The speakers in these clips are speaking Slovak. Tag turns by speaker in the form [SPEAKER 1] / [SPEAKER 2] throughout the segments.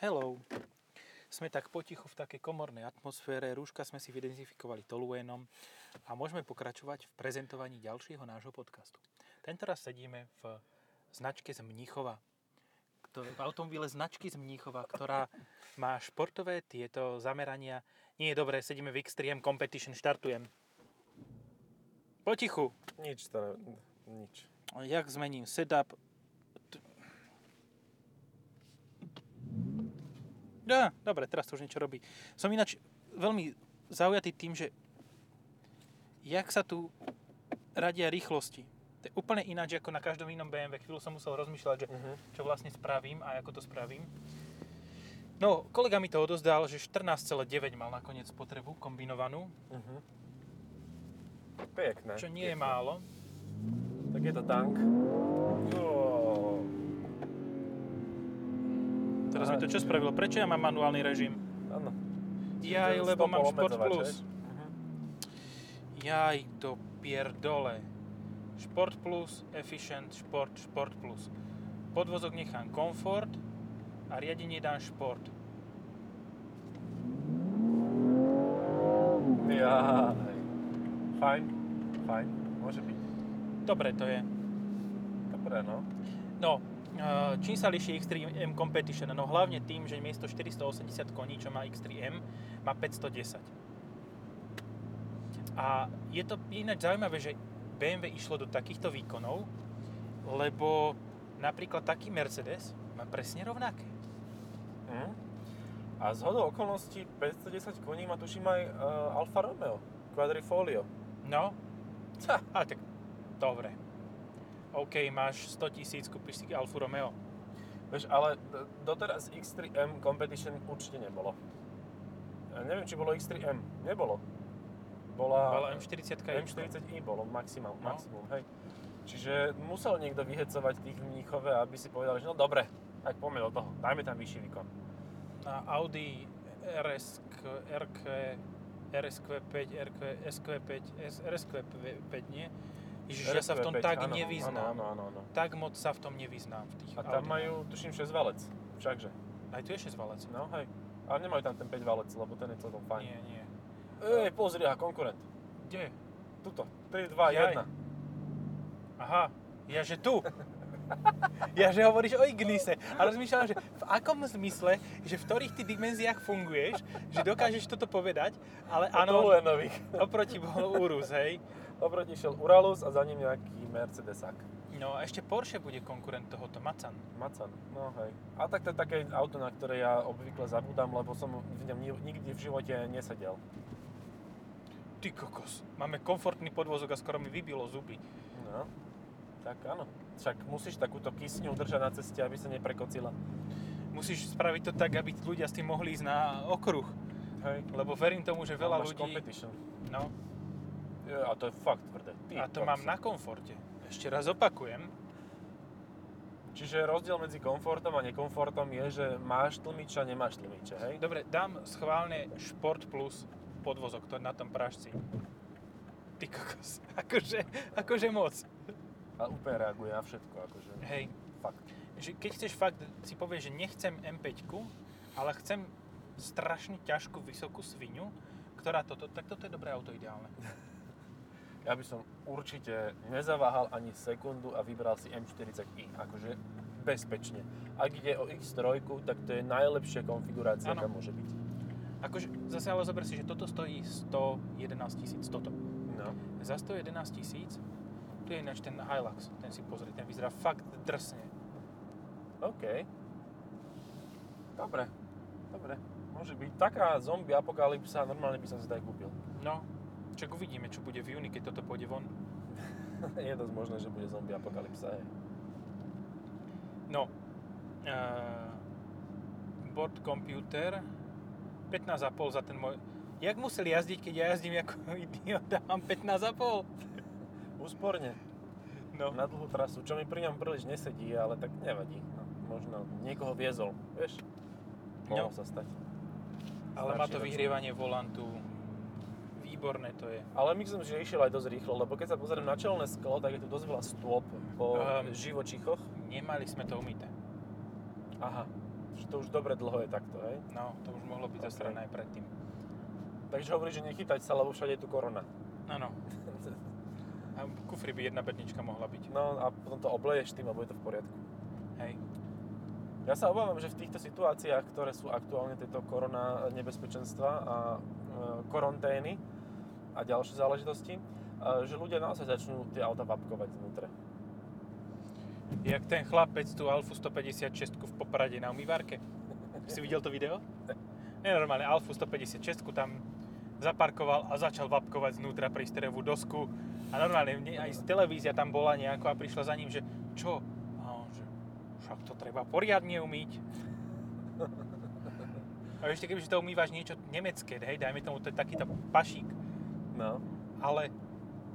[SPEAKER 1] Hello. Sme tak potichu v takej komornej atmosfére, rúška sme si identifikovali toluénom a môžeme pokračovať v prezentovaní ďalšieho nášho podcastu. Tentoraz sedíme v značke z Mníchova, ktoré, v automobile značky z Mníchova, ktorá má športové tieto zamerania. Nie je dobré, sedíme v Xtreme Competition, štartujem. Potichu.
[SPEAKER 2] Nič, to ne, nič.
[SPEAKER 1] Jak zmením setup? T- Dá, dobre, teraz to už niečo robí. Som ináč veľmi zaujatý tým, že jak sa tu radia rýchlosti. To je úplne ináč ako na každom inom BMW. Chvíľu som musel rozmýšľať, že
[SPEAKER 2] Mhm.
[SPEAKER 1] čo vlastne spravím a ako to spravím. No, kolega mi to odozdal, že 14,9 mal nakoniec potrebu kombinovanú,
[SPEAKER 2] Mhm. Pekné.
[SPEAKER 1] čo nie je
[SPEAKER 2] pekné.
[SPEAKER 1] málo.
[SPEAKER 2] Tak je to tank. Jo.
[SPEAKER 1] Teraz mi to čo spravilo? Prečo ja mám manuálny režim?
[SPEAKER 2] Áno.
[SPEAKER 1] Jaj,
[SPEAKER 2] Čiže
[SPEAKER 1] lebo
[SPEAKER 2] stopol
[SPEAKER 1] mám Sport
[SPEAKER 2] obmedzovač,
[SPEAKER 1] Plus.
[SPEAKER 2] hej? Mhm.
[SPEAKER 1] Jaj, do pierdole. Sport Plus, Efficient, Sport, Sport Plus. Podvozok nechám Comfort a riadenie dám Sport.
[SPEAKER 2] Jaj. Fajn, fajn, môže byť.
[SPEAKER 1] Dobre to je.
[SPEAKER 2] Dobre, no.
[SPEAKER 1] No, e, čím sa líši X3 M Competition? No hlavne tým, že miesto 480 koní, čo má X3 M, má 510. A je to ináč zaujímavé, že BMW išlo do takýchto výkonov, lebo napríklad taký Mercedes má presne rovnaké.
[SPEAKER 2] Mhm. A z hodou okolností 510 koní má tuším aj uh, Alfa Romeo, Quadrifolio.
[SPEAKER 1] No,
[SPEAKER 2] Ha,
[SPEAKER 1] A tak, dobre. OK, máš 100 tisíc, kúpiš si Alfa Romeo.
[SPEAKER 2] Vieš, ale d- doteraz X3M Competition určite nebolo. Ja neviem, či bolo X3M. Nebolo. Bola...
[SPEAKER 1] Ale M40 je M40.
[SPEAKER 2] M40i bolo maximum,
[SPEAKER 1] No.
[SPEAKER 2] maximum, hej. Čiže musel niekto vyhecovať tých v Mníchove, aby si povedali, že no dobre, tak poďme do toho, dajme tam vyšší výkon.
[SPEAKER 1] na Audi RSQ, RQ, RSQ5, RQ, SQ5, S- RSQ5, nie? Ježiš, ja sa v tom
[SPEAKER 2] RSQ5,
[SPEAKER 1] tak
[SPEAKER 2] áno,
[SPEAKER 1] nevyznám.
[SPEAKER 2] Áno, áno, áno.
[SPEAKER 1] Tak moc sa v tom nevyznám v tých
[SPEAKER 2] A
[SPEAKER 1] Audi.
[SPEAKER 2] tam majú, tuším, 6 valec. Všakže.
[SPEAKER 1] Aj tu je 6 valec.
[SPEAKER 2] No hej. Ale nemajú tam ten 5 valec, lebo ten je celkom fajn.
[SPEAKER 1] Nie, nie.
[SPEAKER 2] Ej, pozri, a konkurent.
[SPEAKER 1] Kde?
[SPEAKER 2] Tuto. 3, 2, 1.
[SPEAKER 1] Jaj. Aha, ja že tu. Ja že hovoríš o Ignise a rozmýšľam, že v akom zmysle, že v ktorých ty dimenziách funguješ, že dokážeš toto povedať, ale áno,
[SPEAKER 2] nových.
[SPEAKER 1] oproti bol Urus, hej.
[SPEAKER 2] Oproti šiel Uralus a za ním nejaký Mercedesak.
[SPEAKER 1] No a ešte Porsche bude konkurent tohoto, Macan.
[SPEAKER 2] Macan, no hej. A tak to je také auto, na ktoré ja obvykle zabudám, lebo som v ňom ni- nikdy v živote nesedel.
[SPEAKER 1] Ty kokos, máme komfortný podvozok a skoro mi vybilo zuby.
[SPEAKER 2] No, tak áno. Však musíš takúto kysňu držať na ceste, aby sa neprekocila.
[SPEAKER 1] Musíš spraviť to tak, aby ľudia s tým mohli ísť na okruh,
[SPEAKER 2] Hej.
[SPEAKER 1] lebo verím tomu, že veľa
[SPEAKER 2] No, Máš
[SPEAKER 1] ľudí...
[SPEAKER 2] Competition.
[SPEAKER 1] No,
[SPEAKER 2] Je, a to je fakt tvrdé. Ty
[SPEAKER 1] a to
[SPEAKER 2] kokso.
[SPEAKER 1] mám na komforte. Ešte raz opakujem,
[SPEAKER 2] Čiže rozdiel medzi komfortom a nekomfortom je, že máš tlmiče a nemáš tlmiče, hej?
[SPEAKER 1] Dobre, dám schválne Sport Plus podvozok, to je na tom pražci. Ty kokos, akože, akože moc.
[SPEAKER 2] A úplne reaguje na všetko, akože
[SPEAKER 1] Hej,
[SPEAKER 2] fakt.
[SPEAKER 1] že keď chceš fakt, si povieš, že nechcem M5, ale chcem strašne ťažkú, vysokú svinu, ktorá toto, tak toto je dobré auto ideálne.
[SPEAKER 2] Ja by som určite nezaváhal ani sekundu a vybral si M40i, akože bezpečne. Ak ide o X3, tak to je najlepšia konfigurácia,
[SPEAKER 1] Áno.
[SPEAKER 2] aká môže byť.
[SPEAKER 1] Akože, zase ale zober si, že toto stojí 111 tisíc, toto.
[SPEAKER 2] No.
[SPEAKER 1] Za 111 tisíc, tu je ináč ten Hilux, ten si pozri, ten vyzerá fakt drsne.
[SPEAKER 2] OK. Dobre. Dobre. Môže byť. Taká zombie apokalypsa, normálne by som si to aj kúpil.
[SPEAKER 1] No, čak uvidíme, čo bude v júni, keď toto pôjde von.
[SPEAKER 2] je dosť možné, že bude zombie apokalypsa, hej.
[SPEAKER 1] No, uh, board computer, 15,5 za ten môj... Jak musel jazdiť, keď ja jazdím ako idiot a mám 15,5?
[SPEAKER 2] Úsporne.
[SPEAKER 1] No,
[SPEAKER 2] Na dlhú trasu, čo mi pri ňom príliš nesedí, ale tak nevadí. No, možno niekoho viezol, vieš? Mohlo
[SPEAKER 1] No.
[SPEAKER 2] sa stať.
[SPEAKER 1] ale má to
[SPEAKER 2] starší
[SPEAKER 1] vyhrievanie volantu. Výborné to je.
[SPEAKER 2] Ale myslím, že išiel aj dosť rýchlo, lebo keď sa pozriem na čelné sklo, tak je tu dosť veľa stôp po
[SPEAKER 1] Ehm.
[SPEAKER 2] živočichoch.
[SPEAKER 1] Nemali sme to umyté.
[SPEAKER 2] Aha. Že to už dobre dlho je takto, hej?
[SPEAKER 1] No, to už mohlo byť
[SPEAKER 2] OK.
[SPEAKER 1] okay. zastrané aj predtým.
[SPEAKER 2] Takže hovorí, že nechytať sa, lebo všade je tu korona.
[SPEAKER 1] Áno. No, A kufri by jedna bednička mohla byť.
[SPEAKER 2] No a potom to obleješ tým a bude to v poriadku.
[SPEAKER 1] Hej.
[SPEAKER 2] Ja sa obávam, že v týchto situáciách, ktoré sú aktuálne tieto korona eh, nebezpečenstva a e, karantény a ďalšie záležitosti, e, že ľudia naozaj začnú tie auta vapkovať vnútre.
[SPEAKER 1] Jak ten chlapec tú Alfu 156 v Poprade na umývarke. Si videl to video? Nenormálne, Alfu 156 tam zaparkoval a začal vapkovať znútra prístrojovú dosku. A normálne, mne aj z televízia tam bola nejako a prišla za ním, že čo? A on, že však to treba poriadne umyť. A ešte kebyže to umývaš niečo nemecké, hej, dajme tomu, to je takýto pašík,
[SPEAKER 2] No.
[SPEAKER 1] ale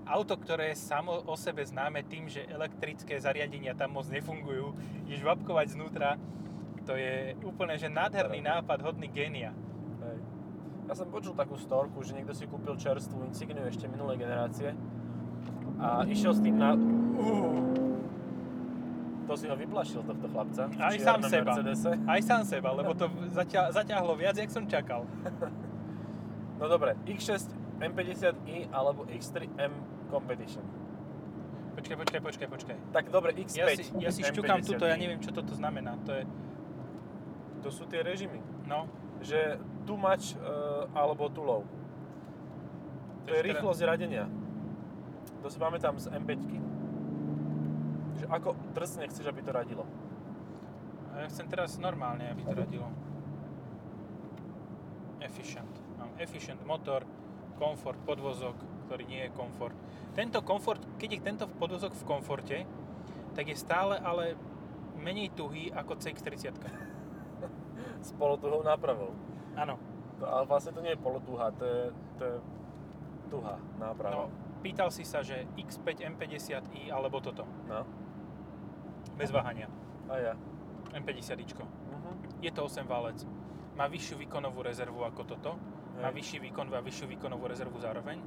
[SPEAKER 1] auto, ktoré je samo o sebe známe tým, že elektrické zariadenia tam moc nefungujú, ideš vapkovať znútra, to je úplne že nádherný nápad, hodný génia.
[SPEAKER 2] Hej. Ja som počul takú storku, že niekto si kúpil čerstvú Insigniu ešte minulej generácie a išiel s tým na... To si ho vyplašil, tohto chlapca. v
[SPEAKER 1] Aj sám
[SPEAKER 2] čiernom
[SPEAKER 1] seba.
[SPEAKER 2] Mercedese.
[SPEAKER 1] Aj sám seba, lebo to zaťa- zaťahlo viac, jak som čakal.
[SPEAKER 2] No dobre, X6 M50i alebo X3 M Competition.
[SPEAKER 1] Počkaj, počkaj, počkaj, počkaj.
[SPEAKER 2] Tak dobre, X5.
[SPEAKER 1] Ja si, ja si šťukám
[SPEAKER 2] M50i.
[SPEAKER 1] tuto, ja neviem, čo toto znamená. To je,
[SPEAKER 2] To sú tie režimy.
[SPEAKER 1] no,
[SPEAKER 2] Že too much uh, alebo too low. To je
[SPEAKER 1] Ešte
[SPEAKER 2] rýchlosť radenia. To si máme tam z M5. Že ako drsne chceš, aby to radilo.
[SPEAKER 1] a ja chcem teraz normálne, aby to radilo. Efficient. Mám efficient motor, komfort, podvozok, ktorý nie je komfort. Tento komfort, keď je tento podvozok v komforte, tak je stále ale menej tuhý ako CX-30.
[SPEAKER 2] S polotuhou nápravou.
[SPEAKER 1] Áno,
[SPEAKER 2] To, ale vlastne to nie je polotuha, to je, to je tuha
[SPEAKER 1] no,
[SPEAKER 2] náprava.
[SPEAKER 1] pýtal si sa, že X5 M50i alebo toto,
[SPEAKER 2] No.
[SPEAKER 1] bez váhania,
[SPEAKER 2] A ja.
[SPEAKER 1] M50ičko.
[SPEAKER 2] Mhm.
[SPEAKER 1] Je to 8 válec. Má vyššiu výkonovú rezervu ako toto, má
[SPEAKER 2] Hej.
[SPEAKER 1] vyšší výkon a vyššiu výkonovú rezervu zároveň.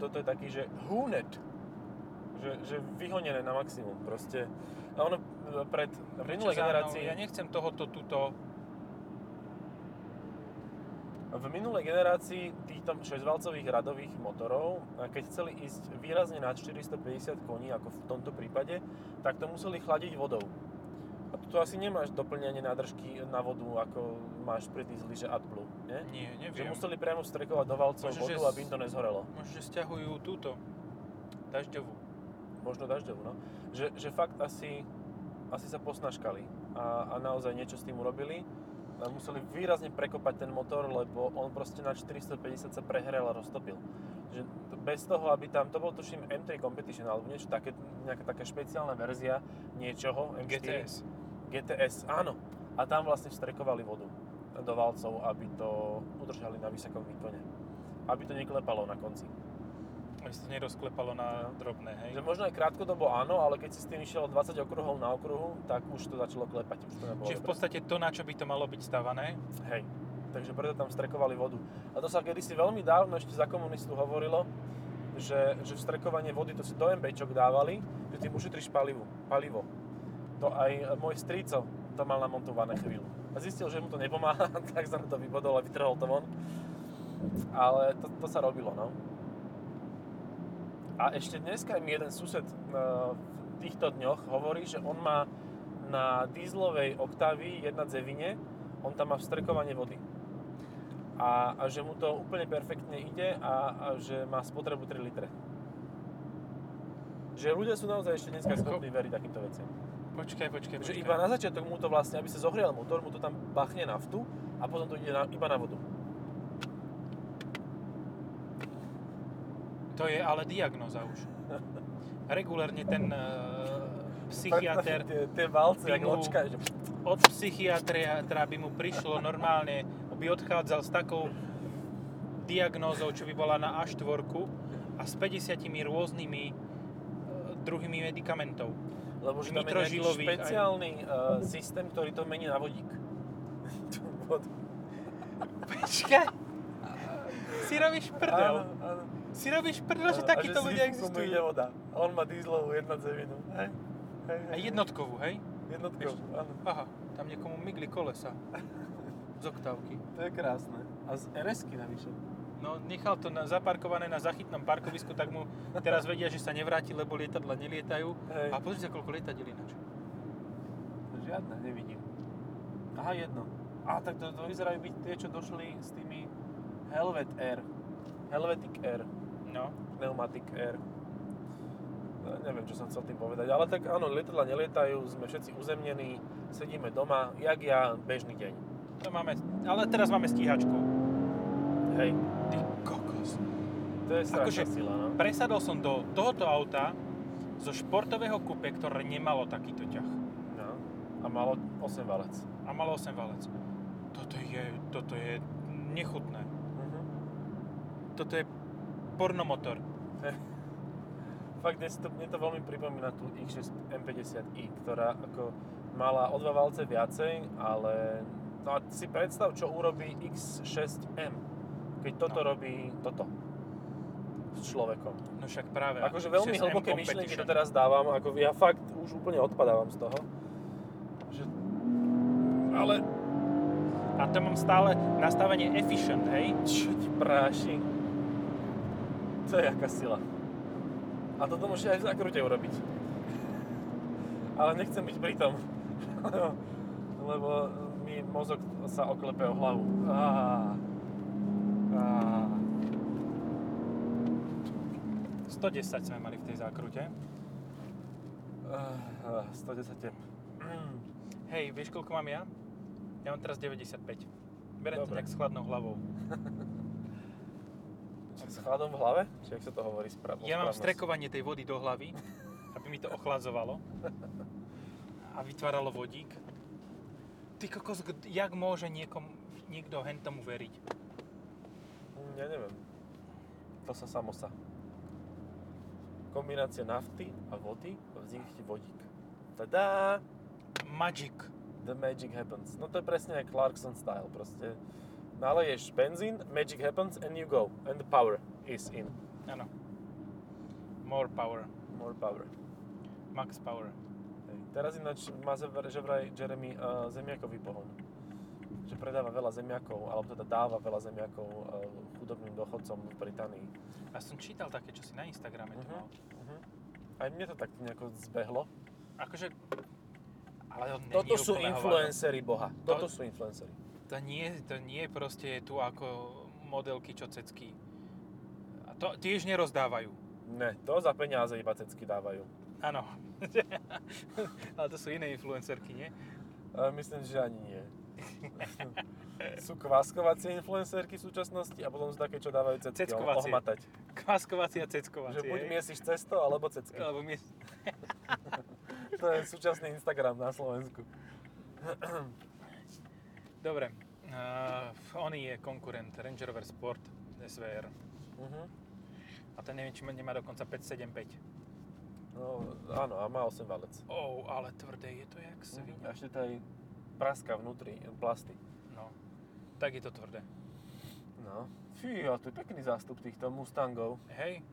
[SPEAKER 2] toto je taký, že húnet, že, že vyhonené na maximum proste. A ono e, pred v minulej
[SPEAKER 1] Čo za mnou?
[SPEAKER 2] generácii,
[SPEAKER 1] Ja nechcem tohoto, tuto,
[SPEAKER 2] v minulej generácii týchto 6-valcových radových motorov, a keď chceli ísť výrazne nad 450 koní, ako v tomto prípade, tak to museli chladiť vodou. A tu asi nemáš doplňanie nádržky na vodu, ako máš pri diesli, že AdBlue, nie?
[SPEAKER 1] nie, neviem.
[SPEAKER 2] Že museli priamo strekovať do valcov
[SPEAKER 1] Možno, že
[SPEAKER 2] vodu,
[SPEAKER 1] s-
[SPEAKER 2] aby im to nezhorelo.
[SPEAKER 1] Možno, že stiahujú túto, dažďovú.
[SPEAKER 2] možno dažďovú, no. Že, že fakt asi, asi sa posnažkali a, a naozaj niečo s tým urobili. A museli výrazne prekopať ten motor, lebo on proste na 450 sa prehrel a roztopil. Že t- bez toho, aby tam, to bol tuším M3 Competition alebo niečo také, nejaká taká špeciálna verzia niečoho, M4.
[SPEAKER 1] GTS.
[SPEAKER 2] GTS, áno. A tam vlastne vstrekovali vodu do valcov, aby to udržali na vysokom výkone. Aby to neklepalo na konci.
[SPEAKER 1] Aby sa to nerozklepalo na drobné, hej.
[SPEAKER 2] Že možno aj krátkodobo áno, ale keď si s tým išiel 20 okruhov na okruhu, tak už to začalo klepať. Už to nebolo
[SPEAKER 1] Čiže v
[SPEAKER 2] dobré.
[SPEAKER 1] podstate to, na čo by to malo byť stavané,
[SPEAKER 2] Hej. Takže preto tam strekovali vodu. A to sa kedysi veľmi dávno ešte za komunistu hovorilo, že, že vstrekovanie vody to si do MBčok dávali, že tým ušetríš palivu, palivo. To aj môj strico to mal namontované chvíľu. A zistil, že mu to nepomáha, tak sa mu to vybodol a vytrhol to von. Ale to, to sa robilo, no. A ešte dneska mi jeden sused e, v týchto dňoch hovorí, že on má na dízlovej Octavii 1 Zevine, on tam má vstrekovanie vody. A, a že mu to úplne perfektne ide a, a že má spotrebu 3 litre. Že ľudia sú naozaj ešte dneska
[SPEAKER 1] Ako-
[SPEAKER 2] schopní veriť takýmto veciam.
[SPEAKER 1] počkaj, počkaj,
[SPEAKER 2] Že
[SPEAKER 1] počkaj.
[SPEAKER 2] iba na začiatok mu to vlastne, aby sa zohrial motor, mu to tam bachne naftu a potom to ide na, iba na vodu.
[SPEAKER 1] To je ale diagnoza už. Regulérne ten eh, psychiatr,
[SPEAKER 2] Tie, tie valce,
[SPEAKER 1] by
[SPEAKER 2] jak
[SPEAKER 1] mu-
[SPEAKER 2] ločka, že...
[SPEAKER 1] od psychiatra teda by mu prišlo normálne, by odchádzal s takou diagnózou, čo by bola na A4 a s 50 rôznymi eh, druhými medikamentov.
[SPEAKER 2] Lebo že tam je nejaký
[SPEAKER 1] Nitrožilový, aj-
[SPEAKER 2] špeciálny uh, systém, ktorý to mení na vodík. Tú vodu.
[SPEAKER 1] Počkaj. Si robíš
[SPEAKER 2] Áno,
[SPEAKER 1] prdel.
[SPEAKER 2] áno.
[SPEAKER 1] Si robíš prdel, že
[SPEAKER 2] Áno, a
[SPEAKER 1] takíto
[SPEAKER 2] si
[SPEAKER 1] ľudia
[SPEAKER 2] mu ide
[SPEAKER 1] existujú.
[SPEAKER 2] voda. A on má dízlovú jedna dzevinu. Hej, hej,
[SPEAKER 1] A
[SPEAKER 2] hej.
[SPEAKER 1] jednotkovú, hej?
[SPEAKER 2] Jednotkou, áno.
[SPEAKER 1] Aha. Tam niekomu migli kolesa z oktávky.
[SPEAKER 2] To je krásne. A z RS-ky navyše.
[SPEAKER 1] No, nechal to na, zaparkované na zachytnom parkovisku, tak mu teraz vedia, že sa nevráti, lebo lietadla nelietajú.
[SPEAKER 2] Hej.
[SPEAKER 1] A pozri sa, koľko lietadiel ináč.
[SPEAKER 2] Žiadne, nevidím. Aha, jedno. A tak to, to vyzerajú byť tie, čo došli s tými Helvet Air. Helvetic Air.
[SPEAKER 1] No,
[SPEAKER 2] Pneumatic Air. No, neviem, čo som chcel tým povedať, ale tak áno, lietadla nelietajú, sme všetci uzemnení, sedíme doma, jak ja, bežný deň.
[SPEAKER 1] to máme, ale teraz máme stíhačku.
[SPEAKER 2] Hej,
[SPEAKER 1] Ty kokos.
[SPEAKER 2] to je strašná
[SPEAKER 1] Akože-
[SPEAKER 2] sila, no.
[SPEAKER 1] Presadol som do tohoto auta zo športového kupe, ktoré nemalo takýto ťah.
[SPEAKER 2] no. A malo 8 valec.
[SPEAKER 1] A malo 8 valec. Toto je, toto je nechutné.
[SPEAKER 2] Mhm.
[SPEAKER 1] Toto je pornomotor.
[SPEAKER 2] Fakt, mne, si to, mne to veľmi pripomína tú X6 M50i, ktorá ako mala o dva valce viacej, ale no a si predstav, čo urobí X6M, keď toto
[SPEAKER 1] No.
[SPEAKER 2] robí toto s človekom.
[SPEAKER 1] No však práve.
[SPEAKER 2] Akože veľmi
[SPEAKER 1] 6M
[SPEAKER 2] hlboké
[SPEAKER 1] Competition.
[SPEAKER 2] myšlienky to teda- teraz dávam, ako ja fakt už úplne odpadávam z toho. Že... Ale
[SPEAKER 1] A to mám stále nastavenie efficient, hej?
[SPEAKER 2] čo ti práši? To je jaká sila. A toto môže aj v zakrute urobiť. Ale nechcem byť pri tom. Lebo mi mozog sa oklepe o hlavu. Á. Á.
[SPEAKER 1] 110 sme mali v tej zákrute.
[SPEAKER 2] Á, 110 tep. Mm.
[SPEAKER 1] Hej, vieš koľko mám ja? Ja mám teraz 95. Berem to
[SPEAKER 2] Dobre.
[SPEAKER 1] tak s chladnou hlavou.
[SPEAKER 2] S chladom v hlave? Či jak sa to hovorí správne?
[SPEAKER 1] Ja mám strekovanie tej vody do hlavy, aby mi to ochladzovalo a vytváralo vodík. Ty kokos, kd- jak môže niekom, niekto hen tomu veriť?
[SPEAKER 2] Mm, Ja neviem. To sa samo sa. Kombinácia nafty a vody a vznikne ti vodík. Tadá!
[SPEAKER 1] Magic.
[SPEAKER 2] The magic happens. No to je presne aj Clarkson style. Proste naleješ benzín, magic happens and you go. And the power is in.
[SPEAKER 1] Áno. More power.
[SPEAKER 2] More power.
[SPEAKER 1] Max power.
[SPEAKER 2] Hej. Teraz ináč má zev- že vraj Jeremy uh, zemiakový pohon. Že predáva veľa zemiakov, alebo teda dáva veľa zemiakov uh, chudobným dochodcom v Británii.
[SPEAKER 1] A som čítal také čosi na Instagrame. To
[SPEAKER 2] Mhm.
[SPEAKER 1] mal.
[SPEAKER 2] Mhm. Aj mne to tak nejako zbehlo.
[SPEAKER 1] Akože... Ale on není
[SPEAKER 2] Toto sú
[SPEAKER 1] úplne hovado.
[SPEAKER 2] influencery boha. Toto
[SPEAKER 1] To-
[SPEAKER 2] sú influencery.
[SPEAKER 1] To nie, to nie proste je tu ako modelky čo cecky. A to tiež nerozdávajú.
[SPEAKER 2] Ne, to za peniaze iba cecky dávajú.
[SPEAKER 1] Áno. Ale to sú iné influencerky, nie?
[SPEAKER 2] Ale myslím, že ani nie. sú kváskovacie influencerky v súčasnosti a potom sú také, čo dávajú cecky
[SPEAKER 1] Ceckovacie.
[SPEAKER 2] ohmatať.
[SPEAKER 1] Kváskovacie a
[SPEAKER 2] Že
[SPEAKER 1] ceckovacie.
[SPEAKER 2] buď
[SPEAKER 1] hej?
[SPEAKER 2] miesiš cesto, alebo cecky.
[SPEAKER 1] Alebo mies...
[SPEAKER 2] To je súčasný Instagram na Slovensku.
[SPEAKER 1] Dobre. Uh, oný je konkurent Range Rover Sport SVR.
[SPEAKER 2] Mhm.
[SPEAKER 1] A ten neviem, či nemá dokonca 575.
[SPEAKER 2] No, áno, a má 8 valec. Mhm.
[SPEAKER 1] Oh, ale tvrdé je to jak svinia.
[SPEAKER 2] A ešte to aj praska vnútri, eh, plasty.
[SPEAKER 1] No. Tak je to tvrdé.
[SPEAKER 2] No. Fí, a to je pekný zástup týchto Mustangov.
[SPEAKER 1] Hej.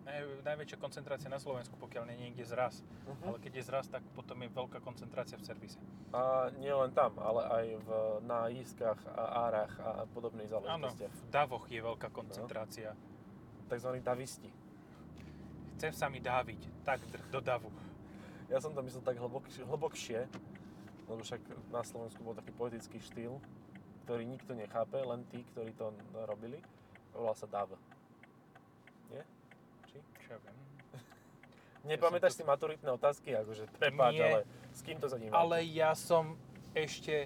[SPEAKER 1] Naj- Najväčšia koncentrácia na Slovensku, pokiaľ nie je niekde zraz.
[SPEAKER 2] Mhm.
[SPEAKER 1] Ale keď je zraz, tak potom je veľká koncentrácia v servise.
[SPEAKER 2] A nie len tam, ale aj v, na jískach a árach a podobných
[SPEAKER 1] Áno,
[SPEAKER 2] záležitostiach.
[SPEAKER 1] v davoch je veľká koncentrácia.
[SPEAKER 2] Takzvaní tavisti.
[SPEAKER 1] Chce sa mi dáviť, tak dr- do davu.
[SPEAKER 2] Ja som to myslel tak hlbokšie, hlbokšie, lebo však na Slovensku bol taký poetický štýl, ktorý nikto nechápe, len tí, ktorí to robili. Volá sa DAV. Nie? Či?
[SPEAKER 1] Čo ja viem.
[SPEAKER 2] Nepamätáš
[SPEAKER 1] som
[SPEAKER 2] si maturitné otázky? Akože, prepáč,
[SPEAKER 1] Nie.
[SPEAKER 2] ale s kým to zanímal?
[SPEAKER 1] Ale ja som ešte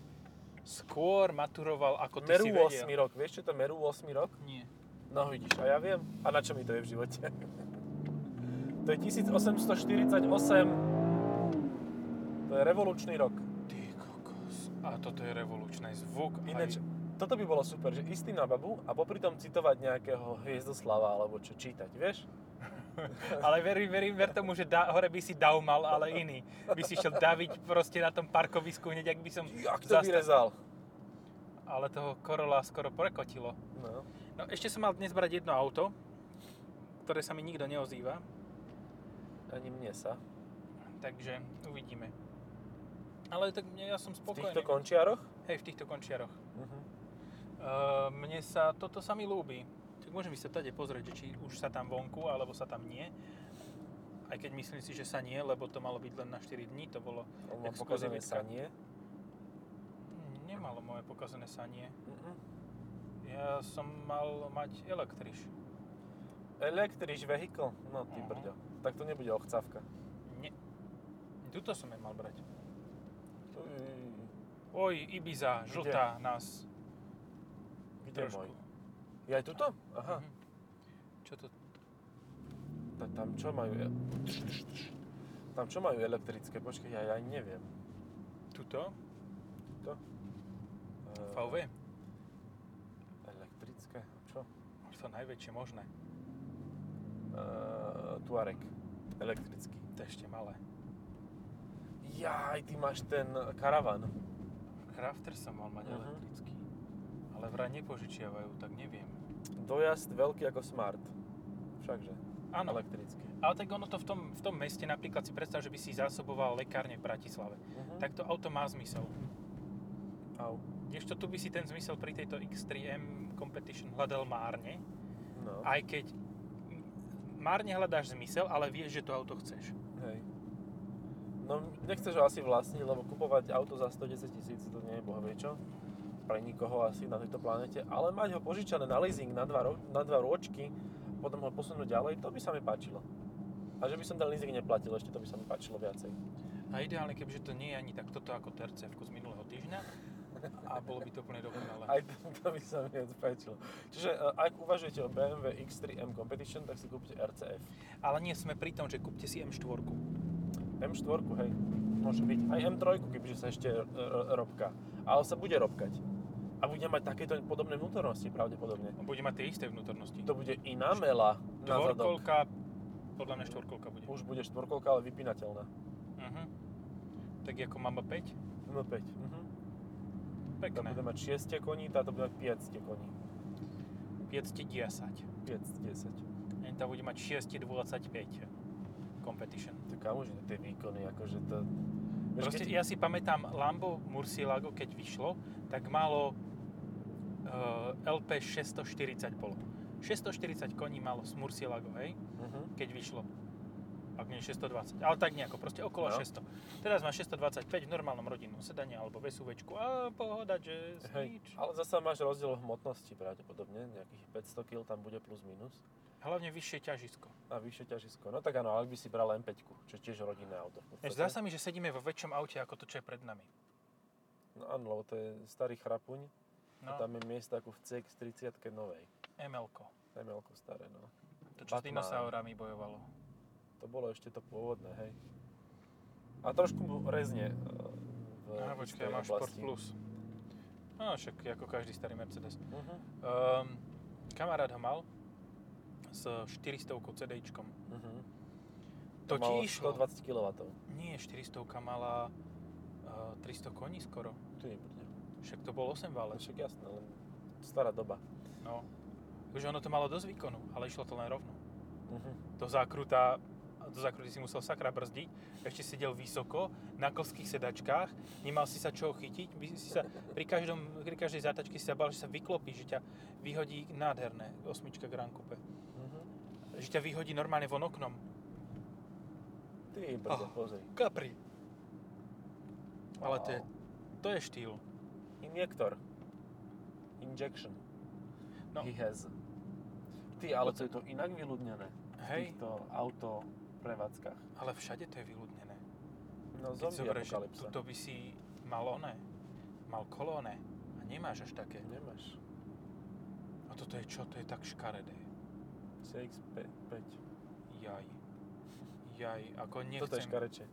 [SPEAKER 1] skôr maturoval, ako ty
[SPEAKER 2] Meru
[SPEAKER 1] si
[SPEAKER 2] 8
[SPEAKER 1] vedel.
[SPEAKER 2] rok, vieš čo to je Meru 8 rok?
[SPEAKER 1] Nie.
[SPEAKER 2] No vidíš, a ja viem. A na čo mi to je v živote? to je 1848. To je revolučný rok.
[SPEAKER 1] Ty kokos. A toto je revolučný zvuk.
[SPEAKER 2] Ináč,
[SPEAKER 1] aj...
[SPEAKER 2] toto by bolo super, že istý na babu a popri tom citovať nejakého Hviezdoslava alebo čo čítať, vieš?
[SPEAKER 1] ale verím, verím, ver tomu, že da, hore by si dav mal, ale iný. By si šiel daviť proste na tom parkovisku hneď, ak by som
[SPEAKER 2] Jak to
[SPEAKER 1] zastal.
[SPEAKER 2] vyrezal?
[SPEAKER 1] Ale toho Corolla skoro prekotilo.
[SPEAKER 2] No.
[SPEAKER 1] No ešte som mal dnes brať jedno auto, ktoré sa mi nikto neozýva,
[SPEAKER 2] Ani mne sa.
[SPEAKER 1] takže uvidíme. Ale tak mne- ja som
[SPEAKER 2] V
[SPEAKER 1] spokojný.
[SPEAKER 2] týchto končiaroch?
[SPEAKER 1] Hej, v týchto končiaroch.
[SPEAKER 2] Uh-huh.
[SPEAKER 1] Uh, mne sa, toto sa mi ľúbi. Tak môžem ísť sa tade pozrieť, že či už sa tam vonku, alebo sa tam nie. Aj keď myslím si, že sa nie, lebo to malo byť len na 4 dní, to bolo...
[SPEAKER 2] On má
[SPEAKER 1] Exkluzivitka.
[SPEAKER 2] pokazené sanie.
[SPEAKER 1] Nemalo moje pokazené sanie.
[SPEAKER 2] Uh-huh.
[SPEAKER 1] Ja som mal mať elektriš.
[SPEAKER 2] Električ vehicle? No ty
[SPEAKER 1] Mhm.
[SPEAKER 2] brďo. Tak to nebude ochcavka.
[SPEAKER 1] Nie. Tuto som je mal brať.
[SPEAKER 2] Uj,
[SPEAKER 1] Oj, Ibiza, žltá nás
[SPEAKER 2] Kde je
[SPEAKER 1] trošku.
[SPEAKER 2] môj? Je aj tuto? Aha.
[SPEAKER 1] Mhm. Čo to?
[SPEAKER 2] Ta, tam čo majú... e- Tam čo majú elektrické? Počkaj, ja, ja neviem.
[SPEAKER 1] Tuto?
[SPEAKER 2] E,
[SPEAKER 1] VW?
[SPEAKER 2] Elektrické? Čo?
[SPEAKER 1] To najväčšie možné.
[SPEAKER 2] E, Tuareg. Elektrický.
[SPEAKER 1] To je ešte malé.
[SPEAKER 2] Jaj, ty máš ten karavan.
[SPEAKER 1] Crafter som mal mať
[SPEAKER 2] Mhm.
[SPEAKER 1] elektrický. Ale vraj nepožičiavajú, tak neviem.
[SPEAKER 2] Dojazd veľký ako Smart. Všakže.
[SPEAKER 1] Áno, ale,
[SPEAKER 2] Elektrický.
[SPEAKER 1] ale tak ono to v tom, v tom meste napríklad si predstav, že by si zásoboval lekárne v Bratislave.
[SPEAKER 2] Mhm.
[SPEAKER 1] Tak to auto má zmysel.
[SPEAKER 2] Au.
[SPEAKER 1] Ešte tu by si ten zmysel pri tejto X3M Competition hľadal márne,
[SPEAKER 2] No.
[SPEAKER 1] aj keď márne hľadáš zmysel, ale vieš, že to auto chceš.
[SPEAKER 2] Hej. No nechceš ho asi vlastniť, lebo kupovať auto za 110 tisíc to nie je bohvie čo. Pre nikoho asi na tejto planete. Ale mať ho požičané na leasing na dva, ro- na dva ročky, potom ho posunúť ďalej, to by sa mi páčilo. A že by som ten leasing neplatil, ešte to by sa mi páčilo viacej.
[SPEAKER 1] A ideálne, kebyže to nie je ani tak toto ako TRCF z minulého týždňa a bolo by to úplne dokonalé.
[SPEAKER 2] Aj to, to by sa mi viac páčilo. Čiže e, ak uvažujete o BMW X3 M Competition, tak si kúpte RCF.
[SPEAKER 1] Ale nie sme pri tom, že kúpte si M4.
[SPEAKER 2] M4, hej, môže byť. Aj M3, kebyže sa ešte e, e, robká. Ale sa bude robkať. A bude mať takéto podobné vnútornosti, pravdepodobne.
[SPEAKER 1] Bude mať tie isté vnútornosti.
[SPEAKER 2] To bude iná mela na zadok.
[SPEAKER 1] Dvorkolka, podľa mňa štvorkolka bude.
[SPEAKER 2] Už bude štvorkolka, ale vypínateľná.
[SPEAKER 1] Mhm. Tak ako Mamba 5,
[SPEAKER 2] No 5. Mhm. Tá
[SPEAKER 1] pekné.
[SPEAKER 2] bude mať 6 koní, táto bude mať 5 koní.
[SPEAKER 1] 510.
[SPEAKER 2] 5, 10.
[SPEAKER 1] Tá bude mať 625 competition.
[SPEAKER 2] To kamože, tie výkony, akože to... Vieš,
[SPEAKER 1] Proste,
[SPEAKER 2] keď-
[SPEAKER 1] ja si pamätám Lambo Murcielago, keď vyšlo, tak malo uh, LP 640 bolo. 640 koní malo s Murcielago, hej,
[SPEAKER 2] Mhm.
[SPEAKER 1] keď vyšlo. Ak nie 620, ale tak nejako, proste okolo
[SPEAKER 2] No.
[SPEAKER 1] 600. Teraz má 625 v normálnom rodinnom sedane alebo v SUVčku a pohoda, že
[SPEAKER 2] Hej,
[SPEAKER 1] nič.
[SPEAKER 2] ale zase máš rozdiel v hmotnosti pravdepodobne, nejakých 500 kg tam bude plus minus
[SPEAKER 1] Hlavne vyššie ťažisko.
[SPEAKER 2] a vyššie ťažisko. No tak áno, ale by si bral M5, čo je tiež rodinné auto. v
[SPEAKER 1] Vieš,
[SPEAKER 2] podstate.
[SPEAKER 1] Zdá sa mi, že sedíme vo väčšom aute ako to, čo je pred nami.
[SPEAKER 2] No áno, lebo to je starý chrapuň
[SPEAKER 1] No,
[SPEAKER 2] a tam je miesto ako v CX-30 novej.
[SPEAKER 1] ML-ko.
[SPEAKER 2] ml staré, no.
[SPEAKER 1] To, čo s
[SPEAKER 2] Batman.
[SPEAKER 1] dinosaurami bojovalo.
[SPEAKER 2] To bolo ešte to pôvodné, hej. A trošku mu rezne e, v
[SPEAKER 1] Á, počkaj,
[SPEAKER 2] tej
[SPEAKER 1] mám Sport
[SPEAKER 2] oblasti.
[SPEAKER 1] Plus. No, však ako každý starý Mercedes.
[SPEAKER 2] Mhm,
[SPEAKER 1] Um, kamarát ho mal s 400 CDčkom.
[SPEAKER 2] mhm.
[SPEAKER 1] To ti
[SPEAKER 2] malo
[SPEAKER 1] išlo?
[SPEAKER 2] 120 kW.
[SPEAKER 1] Nie, 400 mala uh, 300 koní skoro.
[SPEAKER 2] Tu nebude.
[SPEAKER 1] Však to bol 8 válec.
[SPEAKER 2] Ale však jasné, len stará doba.
[SPEAKER 1] No. Už ono to malo dosť výkonu, ale išlo to len rovno.
[SPEAKER 2] Mhm.
[SPEAKER 1] do zákruta, do zákruty si musel sakra brzdiť, ešte sedel vysoko, na klských sedačkách, nemal si sa čo chytiť, by si sa, pri, každom, pri každej zátačke si sa bal, že sa vyklopí, že ťa vyhodí nádherné, osmička Grand Coupe,
[SPEAKER 2] Mhm.
[SPEAKER 1] že ťa vyhodí normálne von oknom.
[SPEAKER 2] Ty brde,
[SPEAKER 1] Oh.
[SPEAKER 2] pozri.
[SPEAKER 1] Capri. Ale to je,
[SPEAKER 2] Wow.
[SPEAKER 1] to je štýl.
[SPEAKER 2] Injektor. Injection.
[SPEAKER 1] No.
[SPEAKER 2] He has. Ty, ale to je to inak vyľudnené v
[SPEAKER 1] Hej,
[SPEAKER 2] týchto auto prevádzkach.
[SPEAKER 1] ale všade to je vyľudnené.
[SPEAKER 2] No
[SPEAKER 1] Keď
[SPEAKER 2] zombie
[SPEAKER 1] zoberieš, že
[SPEAKER 2] apokalypsa.
[SPEAKER 1] tuto by si mal oné, mal kolóne a nemáš až také.
[SPEAKER 2] Nemáš.
[SPEAKER 1] A toto je čo? To je tak škaredé.
[SPEAKER 2] CX-5.
[SPEAKER 1] Jaj. Jaj, ako nechcem.
[SPEAKER 2] Toto je škareče.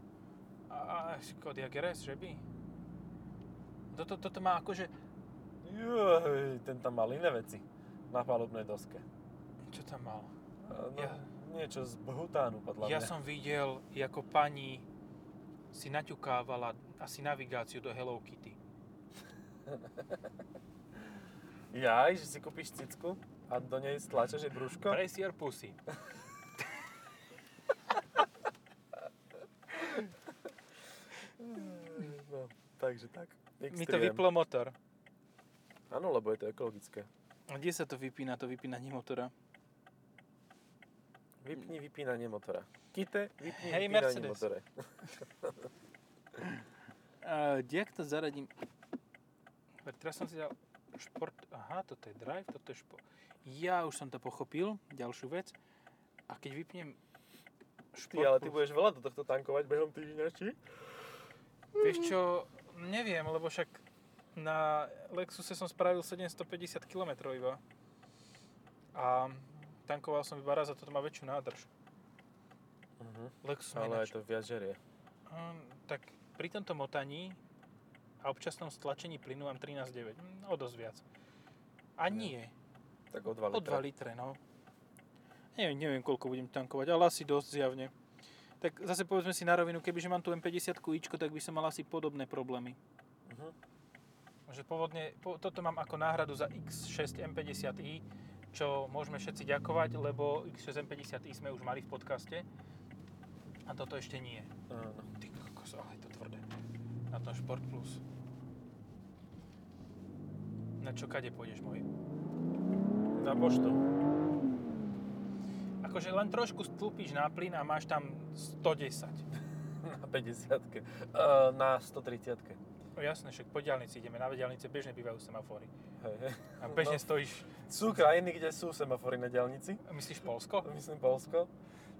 [SPEAKER 1] A, a Škodia GRS, že by? Toto, toto má akože...
[SPEAKER 2] Joj, ten tam mal iné veci na palubnej doske.
[SPEAKER 1] Čo tam mal?
[SPEAKER 2] A No,
[SPEAKER 1] Ja-
[SPEAKER 2] Niečo z Bhutánu, podľa
[SPEAKER 1] ja
[SPEAKER 2] mňa.
[SPEAKER 1] som videl, ako pani si naťukávala asi navigáciu do Hello Kitty.
[SPEAKER 2] Jaj, že si kúpiš cicku a do nej stlačeš jej brúško?
[SPEAKER 1] Press your pussy.
[SPEAKER 2] No.
[SPEAKER 1] Mi to
[SPEAKER 2] Extrém.
[SPEAKER 1] vyplo motor.
[SPEAKER 2] Áno, lebo je to ekologické.
[SPEAKER 1] A Kde sa to vypína, to vypínanie motora?
[SPEAKER 2] Vypni vypínanie motora. Kite, vypni
[SPEAKER 1] Hej, Mercedes.
[SPEAKER 2] vypínanie motora.
[SPEAKER 1] Uh, jak to zaradím? Dobre, Teraz som si dal šport. Aha, toto je drive, toto je šport. Ja už som to pochopil, ďalšiu vec. A keď vypnem
[SPEAKER 2] Ty,
[SPEAKER 1] šport
[SPEAKER 2] ale ty
[SPEAKER 1] plus-
[SPEAKER 2] budeš veľa do tohto tankovať behom týždňa, či?
[SPEAKER 1] Vieš čo, neviem, lebo však na Lexuse som spravil 750 km iba. A tankoval som iba raz a toto má väčšiu nádrž.
[SPEAKER 2] Uh-huh.
[SPEAKER 1] Lexus má
[SPEAKER 2] Ale
[SPEAKER 1] ináč.
[SPEAKER 2] aj to viac žerie.
[SPEAKER 1] Mm, tak pri tomto motaní a občasnom stlačení plynu mám 13,9. Mm, O dosť viac. A
[SPEAKER 2] No.
[SPEAKER 1] nie,
[SPEAKER 2] Tak o 2
[SPEAKER 1] o 2 litre, no. Neviem, neviem, koľko budem tankovať, ale asi dosť zjavne. Tak zase povedzme si na rovinu, kebyže mám tu M50 ičko, tak by som mal asi podobné problémy.
[SPEAKER 2] Uh-huh.
[SPEAKER 1] že pôvodne, po, toto mám ako náhradu za X6 M50i, čo môžeme všetci ďakovať, lebo X6 M50i sme už mali v podcaste a toto ešte nie.
[SPEAKER 2] Áno.
[SPEAKER 1] Ty kokos, ale je to tvrdé. Na tom Sport Plus. Na čo kade pôjdeš, môj?
[SPEAKER 2] Na poštu.
[SPEAKER 1] Akože len trošku stlúpiš na plyn a máš tam 110.
[SPEAKER 2] Na 50 uh, Na 130
[SPEAKER 1] No jasné, však po diálnici ideme, na diálnice bežne bývajú semafory.
[SPEAKER 2] Hej, hej.
[SPEAKER 1] A bežne
[SPEAKER 2] No,
[SPEAKER 1] stojíš,
[SPEAKER 2] sú krajiny, kde sú semafory na diaľnici.
[SPEAKER 1] myslíš Polsko?
[SPEAKER 2] Myslím Polsko.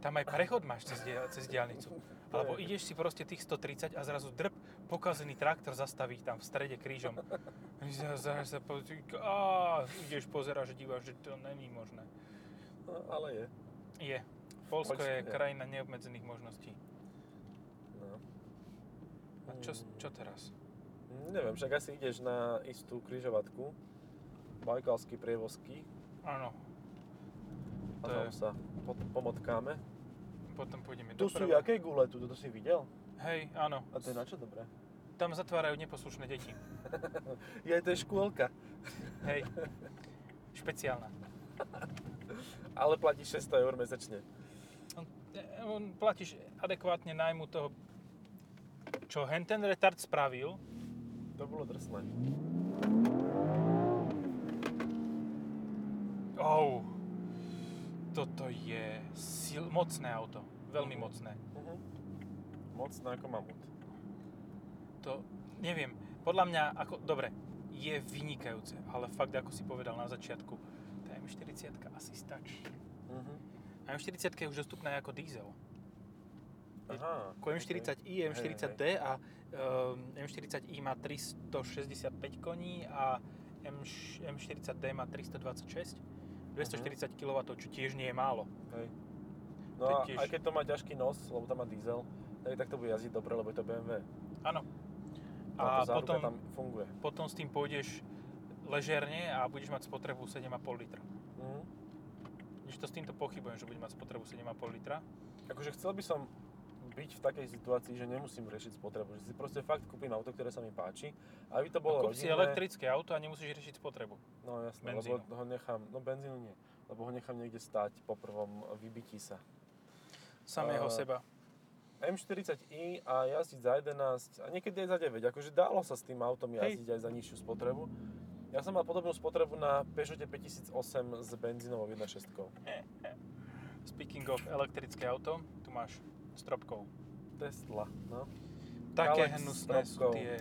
[SPEAKER 1] Tam aj prechod máš cez, dia- cez diálnicu.
[SPEAKER 2] To
[SPEAKER 1] Alebo
[SPEAKER 2] je-
[SPEAKER 1] ideš si proste tých 130 a zrazu drp, pokazený traktor zastaví tam v strede krížom. Zahraš sa po... ty- Á, ideš, pozeráš, dívaš, že to není možné.
[SPEAKER 2] No, ale je.
[SPEAKER 1] Je. Polsko
[SPEAKER 2] Poľsko
[SPEAKER 1] je
[SPEAKER 2] je.
[SPEAKER 1] krajina neobmedzených možností.
[SPEAKER 2] No.
[SPEAKER 1] A čo, čo teraz?
[SPEAKER 2] Mm, Neviem, však asi ideš na istú križovatku. Bajkalský prievozky.
[SPEAKER 1] Áno,
[SPEAKER 2] A
[SPEAKER 1] To
[SPEAKER 2] tam
[SPEAKER 1] je-
[SPEAKER 2] sa pot- pomotkáme.
[SPEAKER 1] potom pôjdeme
[SPEAKER 2] Tu sú
[SPEAKER 1] doprava.
[SPEAKER 2] jaké gule, tu to si videl?
[SPEAKER 1] Hej, áno.
[SPEAKER 2] A to je na čo dobré?
[SPEAKER 1] Tam zatvárajú neposlušné deti.
[SPEAKER 2] Je to je škôlka.
[SPEAKER 1] Hej. Špeciálna.
[SPEAKER 2] Ale platíš 600 eur mesačne.
[SPEAKER 1] E, on- Platíš adekvátne nájmu toho, čo henten retard spravil,
[SPEAKER 2] To bolo drsné.
[SPEAKER 1] Oh, toto je sil- mocné auto. Veľmi
[SPEAKER 2] Mhm.
[SPEAKER 1] mocné.
[SPEAKER 2] Mhm. Mocná ako mamut.
[SPEAKER 1] To, neviem, podľa mňa, ako, dobre, je vynikajúce, ale fakt, ako si povedal na začiatku, tá M40 asi stačí.
[SPEAKER 2] Mhm.
[SPEAKER 1] A M40 je už dostupná aj ako diesel.
[SPEAKER 2] Aha.
[SPEAKER 1] Ako M40i,
[SPEAKER 2] Hej,
[SPEAKER 1] M40D a um, M40i má 365 koní a M, M40D má 326. 240 kW, čo tiež nie je málo.
[SPEAKER 2] Hej. No a
[SPEAKER 1] Taktiež.
[SPEAKER 2] aj keď to má ťažký nos, lebo tam má diesel, tak, tak to bude jazdiť dobre, lebo je to BMW.
[SPEAKER 1] Áno. A
[SPEAKER 2] A tá
[SPEAKER 1] potom
[SPEAKER 2] potom... tam funguje.
[SPEAKER 1] potom s tým pôjdeš ležerne a budeš mať spotrebu 7,5 litra.
[SPEAKER 2] Mhm.
[SPEAKER 1] Když to s týmto pochybujem, že budem mať spotrebu 7,5 litra.
[SPEAKER 2] Akože chcel by som byť v takej situácii, že nemusím riešiť spotrebu, že si proste fakt kúpim auto, ktoré sa mi páči, aby to
[SPEAKER 1] Bolo
[SPEAKER 2] bolo
[SPEAKER 1] Kúp si
[SPEAKER 2] rodinné.
[SPEAKER 1] elektrické auto a nemusíš riešiť spotrebu.
[SPEAKER 2] No jasné,
[SPEAKER 1] benzínu.
[SPEAKER 2] lebo ho nechám, no benzínu nie, lebo ho nechám niekde stáť po prvom vybití sa.
[SPEAKER 1] Samého
[SPEAKER 2] A-
[SPEAKER 1] seba.
[SPEAKER 2] M40i a jazdiť za 11 a niekedy aj za 9. Akože dalo sa s tým autom
[SPEAKER 1] Hej.
[SPEAKER 2] jazdiť aj za nižšiu spotrebu. Ja som mal podobnú spotrebu na Peugeote 5008 s benzínovou 1.6.
[SPEAKER 1] Speaking of elektrické auto, tu máš s trobkou.
[SPEAKER 2] Tesla, no
[SPEAKER 1] Také
[SPEAKER 2] Alex s
[SPEAKER 1] hnusné sú
[SPEAKER 2] trobkou.
[SPEAKER 1] tie,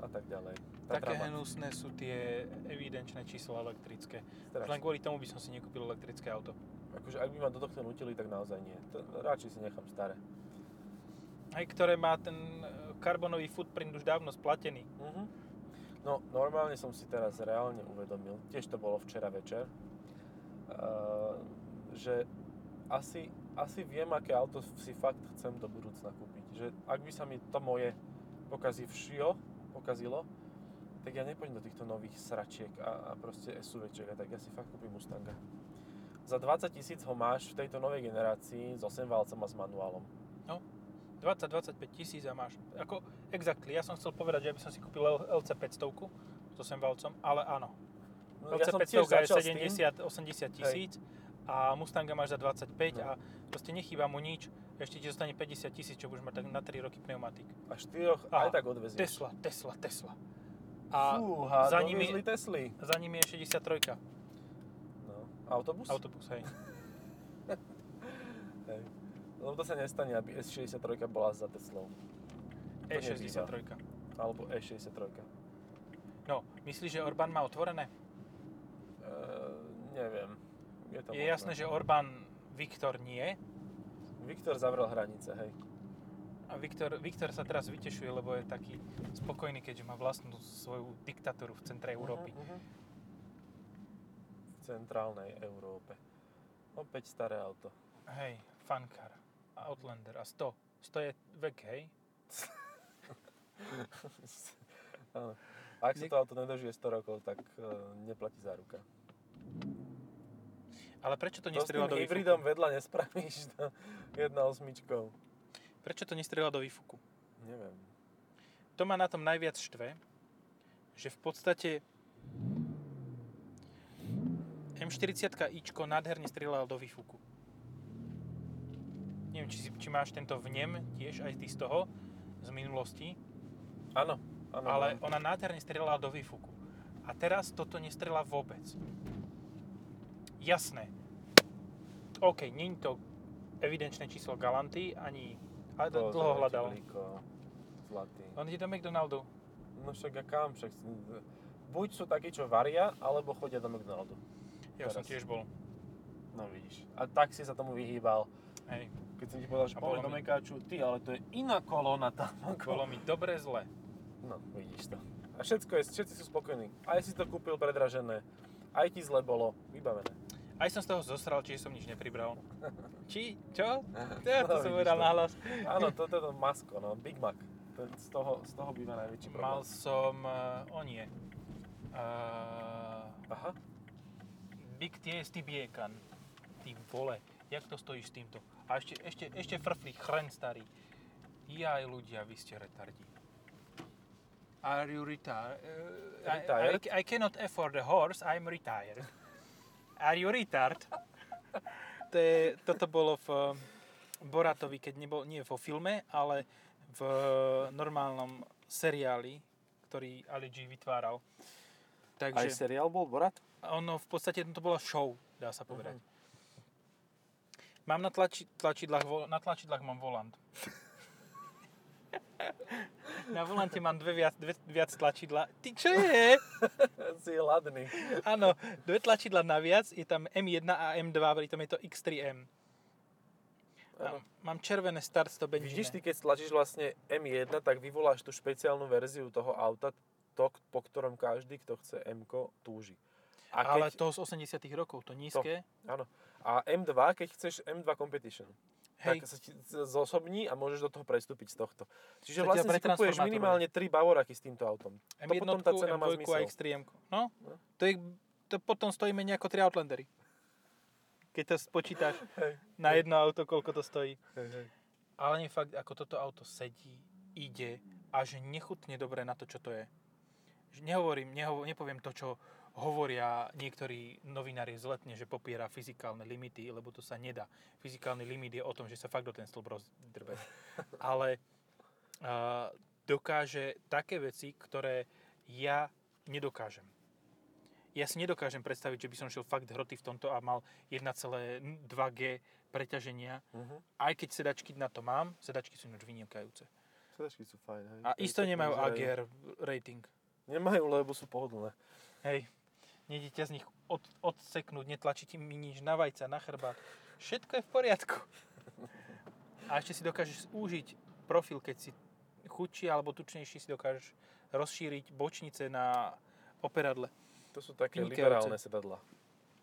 [SPEAKER 2] a tak ďalej.
[SPEAKER 1] také
[SPEAKER 2] Tatra Max,
[SPEAKER 1] hnusné sú tie evidenčné čísla elektrické. Už
[SPEAKER 2] strašne.
[SPEAKER 1] len kvôli tomu by som si nekúpil elektrické auto.
[SPEAKER 2] Akože ak by ma do tohto nutili, tak naozaj nie. To, radšej si nechám staré.
[SPEAKER 1] Aj ktoré má ten e, karbonový footprint už dávno splatený.
[SPEAKER 2] Mhm. No, normálne som si teraz reálne uvedomil, tiež to bolo včera večer, eh, že asi, asi viem, aké auto si fakt chcem do budúcna kúpiť. Že ak by sa mi to moje pokazí všio, pokazilo, tak ja nepôjdem do týchto nových sračiek a, a proste SUVček a tak ja si fakt kúpim Mustanga. Za 20 tisíc ho máš v tejto novej generácii s 8 válcom a s manuálom.
[SPEAKER 1] 20-25 tisíc a máš, ako, exactly, ja som chcel povedať, že by som si kúpil L- LC 500 s 8 valcom, ale áno.
[SPEAKER 2] No,
[SPEAKER 1] LC
[SPEAKER 2] tiež
[SPEAKER 1] 500 je
[SPEAKER 2] začal s tým.
[SPEAKER 1] 70-80 tisíc a Mustanga máš za 25
[SPEAKER 2] No.
[SPEAKER 1] a proste nechýba mu nič Ešte ti zostane 50 tisíc, čo budeš mať tak na 3 roky pneumatik.
[SPEAKER 2] A štyroch
[SPEAKER 1] Aha.
[SPEAKER 2] aj tak odvezieš.
[SPEAKER 1] Tesla, Tesla, Tesla. A
[SPEAKER 2] A Fúha,
[SPEAKER 1] za
[SPEAKER 2] za
[SPEAKER 1] nimi-
[SPEAKER 2] nimi... Tesly.
[SPEAKER 1] za nimi je 63
[SPEAKER 2] No. Autobus?
[SPEAKER 1] autobus, hej.
[SPEAKER 2] Hej. No, Lebo to sa nestane, aby S63 bola za Teslou.
[SPEAKER 1] E,
[SPEAKER 2] To
[SPEAKER 1] E63.
[SPEAKER 2] Alebo E E63.
[SPEAKER 1] No, myslíš, že Orbán má otvorené?
[SPEAKER 2] Uh, neviem. Je, to
[SPEAKER 1] Je
[SPEAKER 2] možné.
[SPEAKER 1] jasné, že Orbán Viktor nie.
[SPEAKER 2] Viktor zavrel hranice, hej.
[SPEAKER 1] A Viktor, Viktor sa teraz vytešuje, lebo je taký spokojný, keďže má vlastnú svoju diktatúru v centre Európy.
[SPEAKER 2] Mhm, mhm. V centrálnej Európe. Opäť staré auto.
[SPEAKER 1] Hej, Fankar, Outlander a 100. 100 je vek, hej?
[SPEAKER 2] Áno. A ak sa
[SPEAKER 1] Niek-
[SPEAKER 2] to auto nedožije 100 rokov, tak uh, neplatí záruka.
[SPEAKER 1] Ale prečo to
[SPEAKER 2] To s
[SPEAKER 1] nestrieľa
[SPEAKER 2] tým
[SPEAKER 1] do
[SPEAKER 2] hybridom
[SPEAKER 1] výfuku?
[SPEAKER 2] vedľa nespravíš no. na 1.8.
[SPEAKER 1] Prečo to nestrieľa do výfuku?
[SPEAKER 2] Neviem.
[SPEAKER 1] To ma na tom najviac štve, že v podstate M40 ičko nádherne strieľal do výfuku. Neviem, či, si, či máš tento vnem tiež aj ty z toho, z minulosti,
[SPEAKER 2] Áno, áno.
[SPEAKER 1] ale
[SPEAKER 2] mám.
[SPEAKER 1] ona nádherne strelala do výfuku. A teraz toto nestrela vôbec. Jasné. OK, nie je to evidenčné číslo Galanty, ani a
[SPEAKER 2] To
[SPEAKER 1] dlho
[SPEAKER 2] zlatý
[SPEAKER 1] hľadal.
[SPEAKER 2] blíko, Zlatý.
[SPEAKER 1] On ide do McDonaldu.
[SPEAKER 2] No však a kam však? Buď sú takí, čo varia, alebo chodia do McDonaldu.
[SPEAKER 1] Ja som
[SPEAKER 2] Teraz.
[SPEAKER 1] tiež bol.
[SPEAKER 2] No vidíš. A tak si sa tomu vyhýbal.
[SPEAKER 1] Hej.
[SPEAKER 2] Keď som ti povedal, že
[SPEAKER 1] A bolo
[SPEAKER 2] poďme do
[SPEAKER 1] mi-
[SPEAKER 2] Mekáču, ty, ale to je iná kolóna tam. Ako...
[SPEAKER 1] Bolo mi dobre zle.
[SPEAKER 2] No, vidíš to. A všetko je, všetci sú spokojní. Aj si to kúpil predražené. Aj ti zle bolo. Vybavené.
[SPEAKER 1] Aj som z toho zosral, čiže som nič nepribral. Či? Čo? To,
[SPEAKER 2] No,
[SPEAKER 1] to som
[SPEAKER 2] vidíš
[SPEAKER 1] povedal
[SPEAKER 2] to.
[SPEAKER 1] nahlas.
[SPEAKER 2] Áno, to, to je to masko, no. Big Mac. To, z, toho, z toho býva najväčší problém.
[SPEAKER 1] Mal som... eh, o nie. Eh,
[SPEAKER 2] Aha.
[SPEAKER 1] Big TST Biekan. Ty vole, jak to stojíš s týmto? A ešte, ešte, ešte frflí, chren starý. Jaj ľudia, vy ste retardi. Are you retired?
[SPEAKER 2] Retired?
[SPEAKER 1] I, I, I cannot afford a horse, I'm retired. Are you retard? to je, toto bolo v eh, Boratovi, keď nebol, nie vo filme, ale v eh, normálnom seriáli, ktorý Ali G vytváral. Takže...
[SPEAKER 2] seriál bol Borat?
[SPEAKER 1] A ono v podstate to bola show, dá sa
[SPEAKER 2] Mhm.
[SPEAKER 1] povedať. Mám na tlači, tlačidlách, vo- na tlačidlách mám volant. na volante mám dve viac, dve, viac tlačidla. Ty čo je?
[SPEAKER 2] si ladný.
[SPEAKER 1] Áno, dve tlačidla naviac, je tam M1 a M2, pritom je to X3M. Mám,
[SPEAKER 2] Áno.
[SPEAKER 1] mám červené start stop
[SPEAKER 2] Vidíš, ty
[SPEAKER 1] benzíne.
[SPEAKER 2] keď stlačíš vlastne M1, tak vyvoláš tú špeciálnu verziu toho auta, to, po ktorom každý, kto chce m túži. A, keď,
[SPEAKER 1] Ale to z 80 rokov, to nízke.
[SPEAKER 2] áno, a M2, keď chceš M2 Competition,
[SPEAKER 1] Hej,
[SPEAKER 2] tak sa ti zosobní a môžeš do toho prestúpiť z tohto. Čiže
[SPEAKER 1] To ťa
[SPEAKER 2] vlastne si kupuješ
[SPEAKER 1] pretransformátoruje.
[SPEAKER 2] minimálne 3 Bavoraky s týmto autom. to
[SPEAKER 1] M1,
[SPEAKER 2] potom tá cena má
[SPEAKER 1] M2 a
[SPEAKER 2] zmysel.
[SPEAKER 1] X3M. No,
[SPEAKER 2] No.
[SPEAKER 1] to, je, to potom stojí menej ako 3 Outlandery. Keď to spočítaš
[SPEAKER 2] Hej.
[SPEAKER 1] na jedno auto, koľko to stojí.
[SPEAKER 2] Hej, hej.
[SPEAKER 1] Ale nie fakt, ako toto auto sedí, ide až nechutne dobre na to, čo to je. Že Nehovorím, nehovo, nepoviem to, čo hovoria niektorí novinári zletne, že popiera fyzikálne limity, lebo to sa nedá. Fyzikálny limit je o tom, že sa fakt do ten stĺp rozdrbe. Ale uh, dokáže také veci, ktoré ja nedokážem. Ja si nedokážem predstaviť, že by som šiel fakt hroty v tomto a mal 1,2G preťaženia
[SPEAKER 2] Mhm.
[SPEAKER 1] aj keď sedačky na to mám, sedačky sú ináč vynikajúce.
[SPEAKER 2] Sedačky sú fajn, hej.
[SPEAKER 1] A
[SPEAKER 2] Keď
[SPEAKER 1] isto
[SPEAKER 2] sa
[SPEAKER 1] nemajú
[SPEAKER 2] pozerajú.
[SPEAKER 1] AGR rating.
[SPEAKER 2] Nemajú, lebo sú pohodlné.
[SPEAKER 1] Hej, nejde ťa z nich od, odseknúť, netlačí ti mi nič na vajca, na chrbát. Všetko je v poriadku. A ešte si dokážeš zúžiť profil, keď si chudší alebo tučnejší, si dokážeš rozšíriť bočnice na operadle.
[SPEAKER 2] To sú také
[SPEAKER 1] Vynikajúce.
[SPEAKER 2] liberálne sedadla.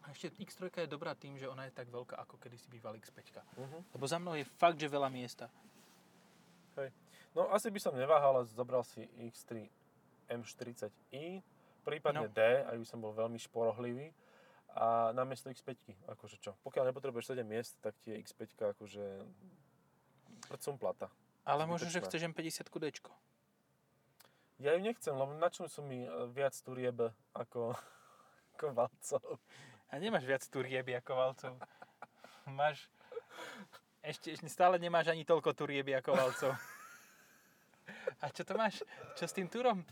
[SPEAKER 1] A ešte X3 je dobrá tým, že ona je tak veľká, ako kedysi býval X5.
[SPEAKER 2] Mhm.
[SPEAKER 1] Lebo za mnou je fakt, že veľa miesta.
[SPEAKER 2] No asi by som neváhal, ale zobral si X3 M40i,
[SPEAKER 1] No.
[SPEAKER 2] prípadne D, ak by som bol veľmi šporohlivý, a namiesto X5, akože čo. Pokiaľ nepotrebuješ 7 miest, tak ti je X5 akože prcum plata.
[SPEAKER 1] Ale možno, že
[SPEAKER 2] Zbytočné.
[SPEAKER 1] chceš M50 kudečko.
[SPEAKER 2] Ja ju nechcem, lebo načnú sú mi e, viac tu riebe ako, ako valcov.
[SPEAKER 1] A nemáš viac tu rieby ako valcov. Máš Ešte, ešte stále nemáš ani toľko turieby ako valcov. A čo to máš? Čo s tým turom?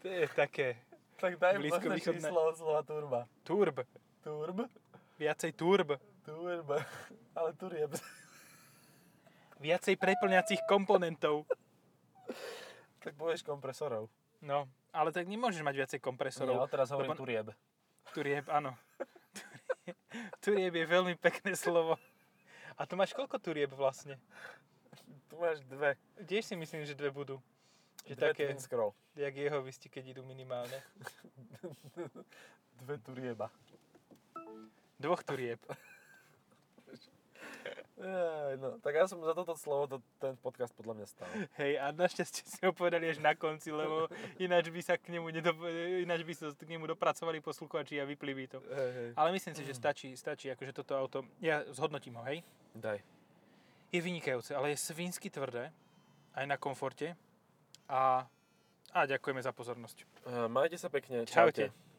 [SPEAKER 1] To je také
[SPEAKER 2] Tak daj
[SPEAKER 1] Blízko
[SPEAKER 2] blízko
[SPEAKER 1] východné.
[SPEAKER 2] číslo od slova turba.
[SPEAKER 1] turb.
[SPEAKER 2] Turb?
[SPEAKER 1] Viacej turb.
[SPEAKER 2] Turba. Ale turieb.
[SPEAKER 1] Viacej preplňacích komponentov.
[SPEAKER 2] Tak povieš kompresorov.
[SPEAKER 1] No, ale tak nemôžeš mať viacej kompresorov.
[SPEAKER 2] Nie, ale teraz hovorím
[SPEAKER 1] Lebo-
[SPEAKER 2] turieb.
[SPEAKER 1] Turieb, áno. Turieb je veľmi pekné slovo. A tu máš koľko turieb vlastne?
[SPEAKER 2] Tu máš dve.
[SPEAKER 1] Tiež si myslím, že dve budú. Že
[SPEAKER 2] dve
[SPEAKER 1] také,
[SPEAKER 2] twin scroll.
[SPEAKER 1] jak jeho vysti, keď idú minimálne.
[SPEAKER 2] Dve turieba.
[SPEAKER 1] Dvoch turieb.
[SPEAKER 2] Ej, no, tak ja som za toto slovo to, ten podcast podľa mňa stal.
[SPEAKER 1] Hej, a našťastie si ho povedali až na konci, lebo ináč by sa k nemu, nedop... ináč by sa k nemu dopracovali posluchači a vypli by to.
[SPEAKER 2] Hej, hej.
[SPEAKER 1] Ale myslím si, že stačí, stačí, akože toto auto, ja zhodnotím ho, hej.
[SPEAKER 2] Daj.
[SPEAKER 1] Je vynikajúce, ale je svinsky tvrdé, aj na komforte. A, a ďakujeme za pozornosť.
[SPEAKER 2] Eh, Majte sa pekne.
[SPEAKER 1] Čaute.